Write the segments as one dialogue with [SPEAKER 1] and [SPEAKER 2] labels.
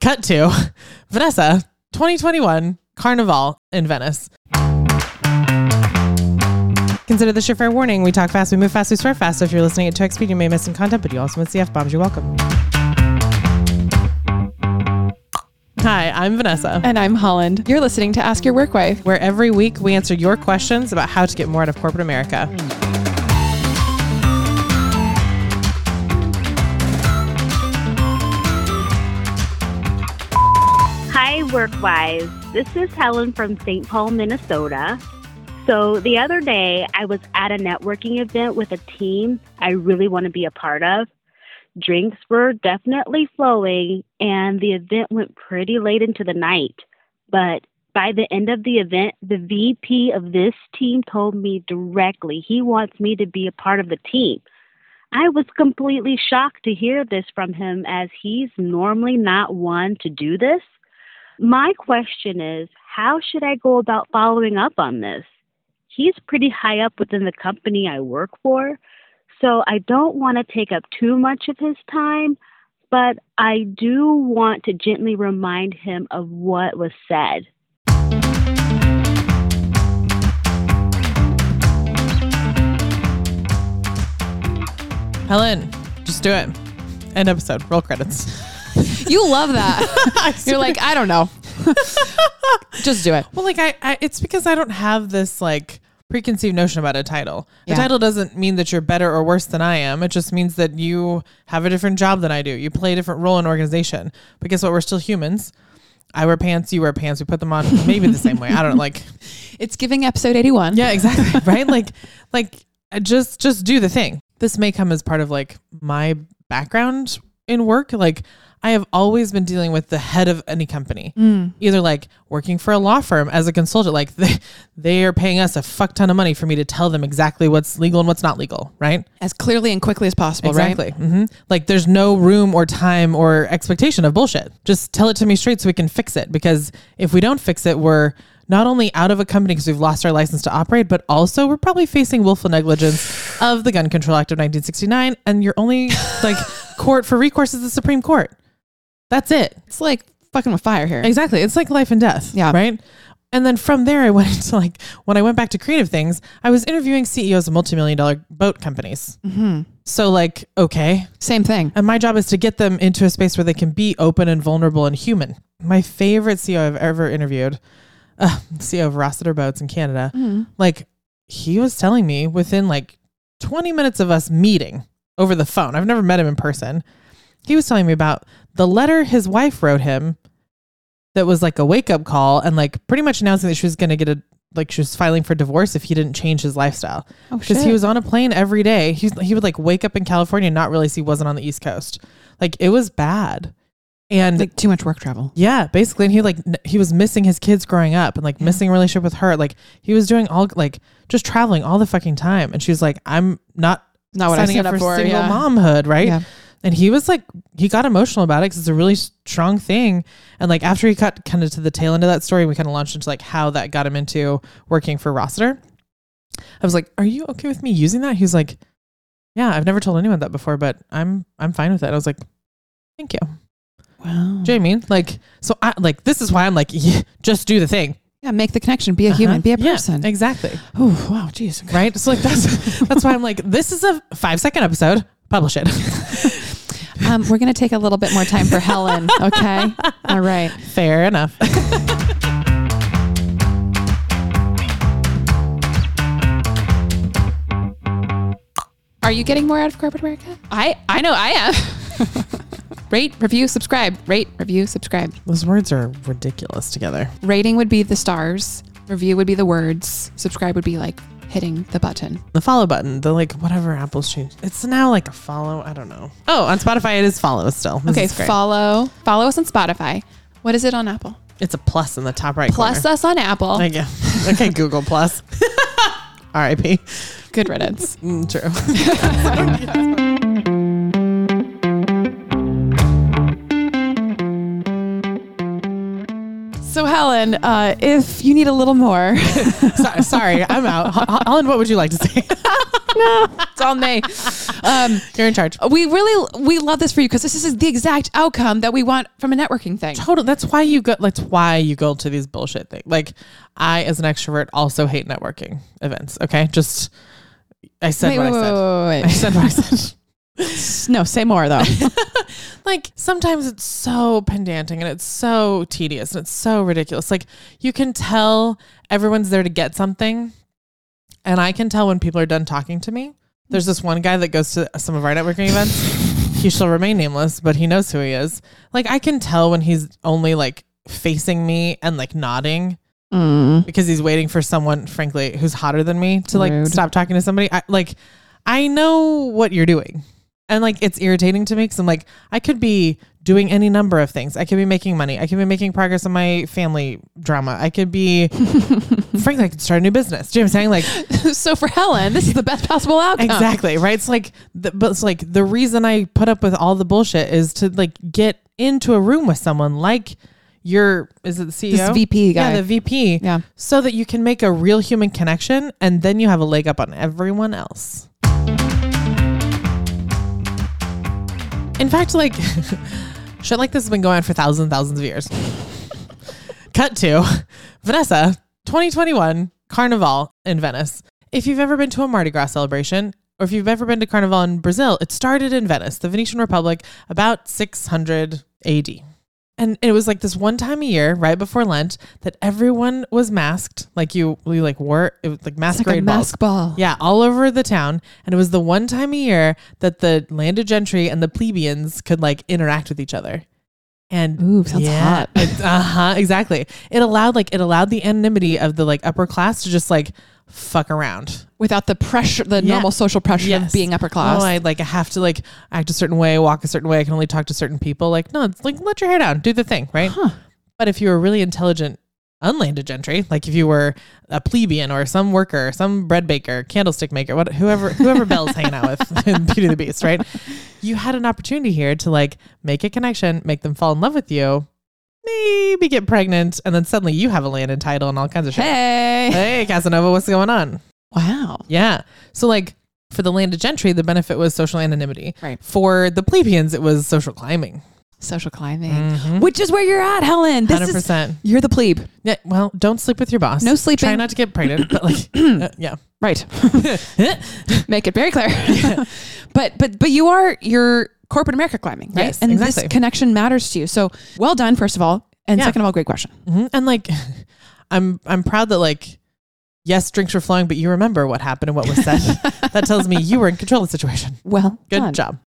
[SPEAKER 1] Cut to Vanessa, 2021 Carnival in Venice. Consider this your fair warning. We talk fast, we move fast, we swear fast. So if you're listening at 2x speed, you may miss some content, but you also miss the F bombs. You're welcome. Hi, I'm Vanessa.
[SPEAKER 2] And I'm Holland. You're listening to Ask Your Work Wife.
[SPEAKER 1] Where every week we answer your questions about how to get more out of corporate America.
[SPEAKER 3] Hi, WorkWise. This is Helen from St. Paul, Minnesota. So, the other day, I was at a networking event with a team I really want to be a part of. Drinks were definitely flowing, and the event went pretty late into the night. But by the end of the event, the VP of this team told me directly he wants me to be a part of the team. I was completely shocked to hear this from him, as he's normally not one to do this. My question is how should I go about following up on this? He's pretty high up within the company I work for, so I don't want to take up too much of his time, but I do want to gently remind him of what was said.
[SPEAKER 1] Helen, just do it. End episode, roll credits.
[SPEAKER 2] You love that. You're like, I don't know. Just do it.
[SPEAKER 1] Well, like I, I, it's because I don't have this like preconceived notion about a title. A
[SPEAKER 2] Yeah.
[SPEAKER 1] title doesn't mean that you're better or worse than I am. It just means that you have a different job than I do. You play a different role in an organization. But guess what? We're still humans. I wear pants. You wear pants. We put them on maybe the same way. I don't know, like.
[SPEAKER 2] It's giving episode 81.
[SPEAKER 1] Yeah, exactly. right. Like, like uh, just just do the thing. This may come as part of like my background in work. Like, I have always been dealing with the head of any company, either like working for a law firm as a consultant. Like, they, they are paying us a fuck ton of money for me to tell them exactly what's legal and what's not legal. Right.
[SPEAKER 2] As clearly and quickly as possible, right?
[SPEAKER 1] Exactly. hmm Like, there's no room or time or expectation of bullshit. Just tell it to me straight so we can fix it. Because if we don't fix it, we're not only out of a company because we've lost our license to operate, but also we're probably facing willful negligence of the Gun Control Act of 1969. And your only like court for recourse is the Supreme Court. That's it.
[SPEAKER 2] It's like fucking with fire here.
[SPEAKER 1] Exactly. It's like life and death.
[SPEAKER 2] Yeah.
[SPEAKER 1] Right. And then from there, I went into like when I went back to creative things, I was interviewing CEOs of multi-million dollar boat companies.
[SPEAKER 2] Mm-hmm.
[SPEAKER 1] So like, okay,
[SPEAKER 2] Same thing.
[SPEAKER 1] and my job is to get them into a space where they can be open and vulnerable and human. My favorite CEO I've ever interviewed, uh, CEO of Rossiter Boats in Canada, like he was telling me within like 20 minutes of us meeting over the phone, I've never met him in person. He was telling me about the letter his wife wrote him that was like a wake up call and like pretty much announcing that she was going to get a, like she was filing for divorce if he didn't change his lifestyle
[SPEAKER 2] Oh,
[SPEAKER 1] because he was on a plane every day. He he would like wake up in California and not realize he wasn't on the East Coast. Like it was bad, and
[SPEAKER 2] like too much work travel.
[SPEAKER 1] yeah, basically, and he like n- he was missing his kids growing up and like missing a relationship with her. Like he was doing all like just traveling all the fucking time, and she was like, "I'm not
[SPEAKER 2] Not what I
[SPEAKER 1] signing
[SPEAKER 2] signed
[SPEAKER 1] up for, single
[SPEAKER 2] yeah.
[SPEAKER 1] momhood, right?"
[SPEAKER 2] Yeah.
[SPEAKER 1] And he was like, he got emotional about it because it's a really strong thing. And like after he got kind of to the tail end of that story, we kind of launched into like how that got him into working for Rossiter. I was like, "Are you okay with me using that?" He's like, "Yeah, I've never told anyone that before, but I'm I'm fine with it." I was like, "Thank you." Do
[SPEAKER 2] Wow.
[SPEAKER 1] you know what I mean? Like, so I like this is why I'm like, yeah, just do the thing.
[SPEAKER 2] Yeah, make the connection. Be a human. Be a
[SPEAKER 1] Yeah,
[SPEAKER 2] person.
[SPEAKER 1] exactly.
[SPEAKER 2] oh, wow. Jeez.
[SPEAKER 1] Right. So like that's that's why I'm like, this is a five second episode. Publish it.
[SPEAKER 2] Um, we're going to take a little bit more time for Helen. Okay. All right.
[SPEAKER 1] Fair enough.
[SPEAKER 2] Are you getting more out of corporate America? I, I know I am. Rate, review, subscribe. Rate, review, subscribe.
[SPEAKER 1] Those words are ridiculous together.
[SPEAKER 2] Rating would be the stars. Review would be the words. Subscribe would be like hitting the button.
[SPEAKER 1] The follow button, the like whatever Apple's changed. It's now like a follow. I don't know. Oh, on Spotify it is follow still. This
[SPEAKER 2] Okay,
[SPEAKER 1] is great.
[SPEAKER 2] follow follow us on Spotify. What is it on Apple?
[SPEAKER 1] it's a plus in the top right
[SPEAKER 2] Plus
[SPEAKER 1] corner.
[SPEAKER 2] us on Apple.
[SPEAKER 1] Thank you. Okay, Google Plus. R.I.P.
[SPEAKER 2] Good riddance.
[SPEAKER 1] Mm, true.
[SPEAKER 2] So Helen, uh, if you need a little more,
[SPEAKER 1] So- sorry, I'm out. Ho- Ho- Holland, what would you like to say?
[SPEAKER 2] it's all me. Um,
[SPEAKER 1] You're in charge.
[SPEAKER 2] we really we love this for you because this is the exact outcome that we want from a networking thing.
[SPEAKER 1] Total. That's why you go. That's why you go to these bullshit things. Like, I as an extrovert also hate networking events. Okay, just I said
[SPEAKER 2] Wait,
[SPEAKER 1] what I
[SPEAKER 2] wait,
[SPEAKER 1] said.
[SPEAKER 2] wait, wait,
[SPEAKER 1] I
[SPEAKER 2] wait.
[SPEAKER 1] said what I said.
[SPEAKER 2] No, say more though.
[SPEAKER 1] like sometimes it's so pedantic and it's so tedious and it's so ridiculous. Like you can tell everyone's there to get something, and I can tell when people are done talking to me. There's this one guy that goes to some of our networking events. He shall remain nameless, but he knows who he is. Like I can tell when he's only like facing me and like nodding
[SPEAKER 2] Mm.
[SPEAKER 1] because he's waiting for someone, frankly, who's hotter than me to like
[SPEAKER 2] Rude.
[SPEAKER 1] stop talking to somebody. I, like, I know what you're doing. And like, it's irritating to me because I'm like, I could be doing any number of things. I could be making money. I could be making progress on my family drama. I could be, frankly, I could start a new business. Do you know what I'm saying? Like,
[SPEAKER 2] so for Helen, this is the best possible outcome.
[SPEAKER 1] exactly. Right. It's like, the, but it's like the reason I put up with all the bullshit is to like get into a room with someone like your, is it the CEO?
[SPEAKER 2] This VP guy.
[SPEAKER 1] Yeah, the VP
[SPEAKER 2] yeah.
[SPEAKER 1] so that you can make a real human connection and then you have a leg up on everyone else. In fact, like shit like this has been going on for thousands and thousands of years. Cut to Vanessa, 2021 Carnival in Venice. If you've ever been to a Mardi Gras celebration, or if you've ever been to Carnival in Brazil, it started in Venice, the Venetian Republic, about 600 AD. And it was like this one time a year, right before Lent, that everyone was masked, like you, you like wore it was like
[SPEAKER 2] It's like a
[SPEAKER 1] masquerade balls.
[SPEAKER 2] mask ball.
[SPEAKER 1] Yeah, all over the town. And it was the one time a year that the landed gentry and the plebeians could like interact with each other. And
[SPEAKER 2] Ooh, sounds hot.
[SPEAKER 1] uh huh, exactly. It allowed like it allowed the anonymity of the like upper class to just like fuck around.
[SPEAKER 2] Without the pressure, the
[SPEAKER 1] Yeah.
[SPEAKER 2] normal social pressure of
[SPEAKER 1] Yes.
[SPEAKER 2] being upper class.
[SPEAKER 1] Oh, I like I have to like act a certain way, walk a certain way. I can only talk to certain people. Like no, it's like let your hair down, do the thing, right?
[SPEAKER 2] Huh.
[SPEAKER 1] But if you were really intelligent, unlanded gentry, like if you were a plebeian or some worker, some bread baker, candlestick maker, what, whoever whoever Belle's hanging out with in Beauty and the Beast, right? You had an opportunity here to like make a connection, make them fall in love with you, maybe get pregnant, and then suddenly you have a land and title and all kinds of shit.
[SPEAKER 2] hey.
[SPEAKER 1] Hey, Casanova, what's going on?
[SPEAKER 2] Wow.
[SPEAKER 1] Yeah. So like for the landed gentry, the benefit was social anonymity.
[SPEAKER 2] Right.
[SPEAKER 1] For the plebeians, it was social climbing.
[SPEAKER 2] Social climbing,
[SPEAKER 1] Mhm.
[SPEAKER 2] which is where you're at, Helen. This
[SPEAKER 1] Hundred
[SPEAKER 2] is
[SPEAKER 1] percent.
[SPEAKER 2] you're the plebe.
[SPEAKER 1] Yeah. Well, don't sleep with your boss.
[SPEAKER 2] No sleeping.
[SPEAKER 1] Try not to get pregnant. But like, uh, yeah.
[SPEAKER 2] Right. Make it very clear. but but but you are your corporate America climbing, right?
[SPEAKER 1] Yes,
[SPEAKER 2] and
[SPEAKER 1] exactly.
[SPEAKER 2] this connection matters to you. So well done, first of all. And
[SPEAKER 1] Yeah.
[SPEAKER 2] second of all, great question.
[SPEAKER 1] Mhm. And like, I'm I'm proud that like, yes, drinks were flowing, but you remember what happened and what was said. that tells me you were in control of the situation.
[SPEAKER 2] Well
[SPEAKER 1] Good
[SPEAKER 2] done.
[SPEAKER 1] job.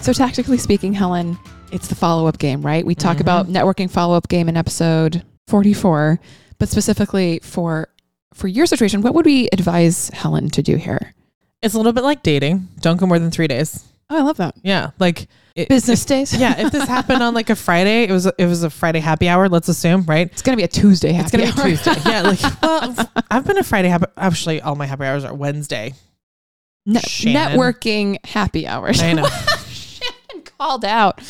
[SPEAKER 2] So tactically speaking, Helen, it's the follow-up game, right? We
[SPEAKER 1] Mm-hmm.
[SPEAKER 2] talk about networking follow-up game in episode 44, but specifically for for your situation, what would we advise Helen to do here?
[SPEAKER 1] It's a little bit like dating. Don't go more than three days.
[SPEAKER 2] Oh, I love that.
[SPEAKER 1] Yeah. Like it,
[SPEAKER 2] Business days.
[SPEAKER 1] yeah. If this happened on like a Friday, it was it was a Friday happy hour. Let's assume, right?
[SPEAKER 2] It's going to be a Tuesday happy
[SPEAKER 1] It's gonna
[SPEAKER 2] hour.
[SPEAKER 1] be Tuesday. Yeah, like well, I've been a Friday happy. Actually, all my happy hours are Wednesday.
[SPEAKER 2] Ne-
[SPEAKER 1] Shannon.
[SPEAKER 2] networking happy hours.
[SPEAKER 1] I know.
[SPEAKER 2] Shannon called out.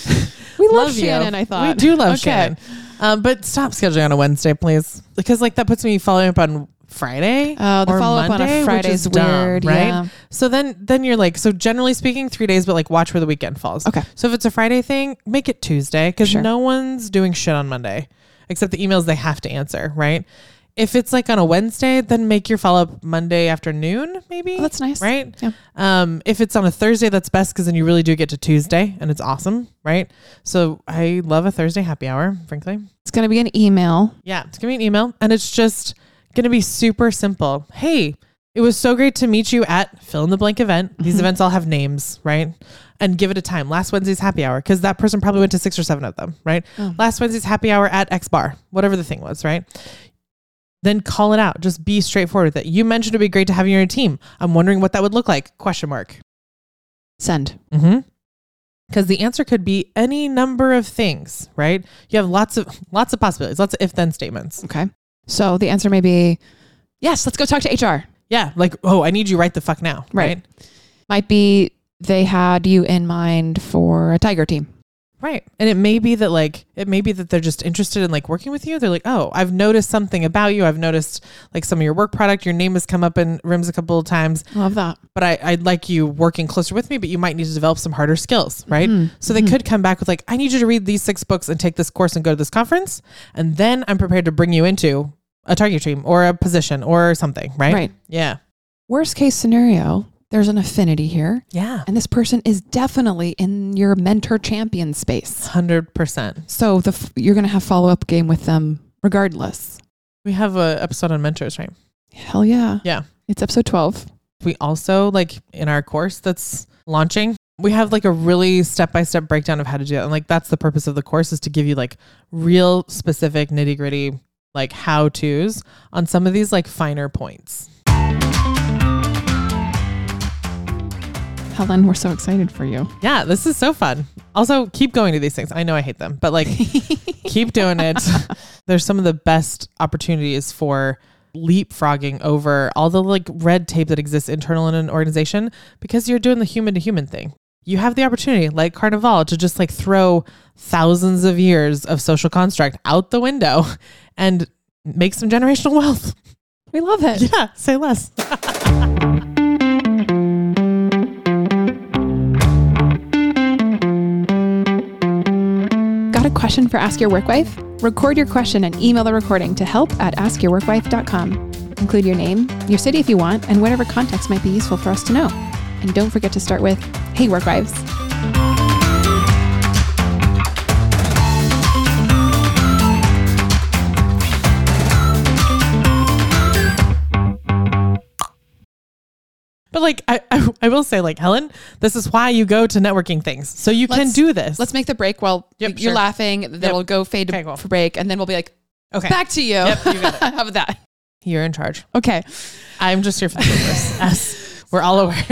[SPEAKER 2] We love,
[SPEAKER 1] Love you.
[SPEAKER 2] Shannon, I thought.
[SPEAKER 1] We do love
[SPEAKER 2] Okay.
[SPEAKER 1] Shannon, um, but stop scheduling on a Wednesday, please, because like that puts me following up on Friday.
[SPEAKER 2] Oh, the
[SPEAKER 1] or
[SPEAKER 2] follow up on
[SPEAKER 1] Monday,
[SPEAKER 2] a
[SPEAKER 1] which
[SPEAKER 2] Friday is
[SPEAKER 1] dumb,
[SPEAKER 2] weird,
[SPEAKER 1] right?
[SPEAKER 2] yeah.
[SPEAKER 1] So then, then you're like, so generally speaking, three days, but like watch where the weekend falls.
[SPEAKER 2] Okay.
[SPEAKER 1] So if it's a Friday thing, make it Tuesday because
[SPEAKER 2] Sure.
[SPEAKER 1] no one's doing shit on Monday except the emails they have to answer, right? If it's like on a Wednesday, then make your follow up Monday afternoon, maybe.
[SPEAKER 2] Oh, that's nice.
[SPEAKER 1] Right?
[SPEAKER 2] Yeah.
[SPEAKER 1] Um, if it's on a Thursday, that's best because then you really do get to Tuesday and it's awesome, right? So I love a Thursday happy hour, frankly.
[SPEAKER 2] It's going to be an email.
[SPEAKER 1] Yeah, it's gonna be an email and it's just gonna be super simple. Hey, it was so great to meet you at fill in the blank event. These events all have names, right? And give it a time. Last Wednesday's happy hour, because that person probably went to six or seven of them, right? Last Wednesday's happy hour at X bar, whatever the thing was, right? Then call it out. Just be straightforward with it. You mentioned it'd be great to have you on your team. I'm wondering what that would look like. Question mark.
[SPEAKER 2] Send.
[SPEAKER 1] Mm-hmm. Because the answer could be any number of things, right? You have lots of lots of possibilities, lots of if then statements.
[SPEAKER 2] Okay. So the answer may be yes, let's go talk to HR.
[SPEAKER 1] Yeah, like oh, I need you right the fuck now,
[SPEAKER 2] Right. Might be they had you in mind for a tiger team.
[SPEAKER 1] Right. And it may be that like it may be that they're just interested in like working with you. They're like, "Oh, I've noticed something about you. I've noticed like some of your work product. Your name has come up in rims a couple of times,
[SPEAKER 2] Love that.
[SPEAKER 1] but I I'd like you working closer with me, but you might need to develop some harder skills, right? So they could come back with like, "I need you to read these six books and take this course and go to this conference, and then I'm prepared to bring you into a target team or a position or something, right?
[SPEAKER 2] Right.
[SPEAKER 1] Yeah.
[SPEAKER 2] Worst case scenario, there's an affinity here,
[SPEAKER 1] Yeah.
[SPEAKER 2] and this person is definitely in your mentor champion space.
[SPEAKER 1] 100%.
[SPEAKER 2] So the f- you're going to have follow up game with them regardless.
[SPEAKER 1] We have a episode on mentors, right?
[SPEAKER 2] Hell yeah.
[SPEAKER 1] Yeah.
[SPEAKER 2] It's episode 12.
[SPEAKER 1] We also like in our course that's launching, we have like a really step by step breakdown of how to do that. And like that's the purpose of the course is to give you like real specific nitty gritty like how to's on some of these like finer points.
[SPEAKER 2] Helen, we're so excited for you.
[SPEAKER 1] Yeah, this is so fun. Also, keep going to these things. I know I hate them, but like keep doing it. There's some of the best opportunities for leapfrogging over all the like red tape that exists internal in an organization because you're doing the human to human thing. You have the opportunity, like Carnival, to just like throw thousands of years of social construct out the window and make some generational wealth.
[SPEAKER 2] We love it.
[SPEAKER 1] Yeah, say less.
[SPEAKER 2] Got a question for Ask Your Work Wife? Record your question and email the recording to help at askyourworkwife.com. Include your name, your city if you want, and whatever context might be useful for us to know. And don't forget to start with, hey, work wives.
[SPEAKER 1] But like I, I, I will say like Helen, this is why you go to networking things. So you can
[SPEAKER 2] Let's-
[SPEAKER 1] do this.
[SPEAKER 2] Let's make the break while
[SPEAKER 1] Yep,
[SPEAKER 2] you're
[SPEAKER 1] sure.
[SPEAKER 2] laughing. That'll go fade to-
[SPEAKER 1] Okay, cool.
[SPEAKER 2] for break, and then we'll be like,
[SPEAKER 1] okay.
[SPEAKER 2] back to you.
[SPEAKER 1] Yep, you got it.
[SPEAKER 2] How about that?
[SPEAKER 1] You're in charge.
[SPEAKER 2] Okay.
[SPEAKER 1] I'm just here for the purpose. yes, we're all aware.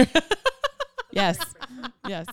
[SPEAKER 2] Yes. yes.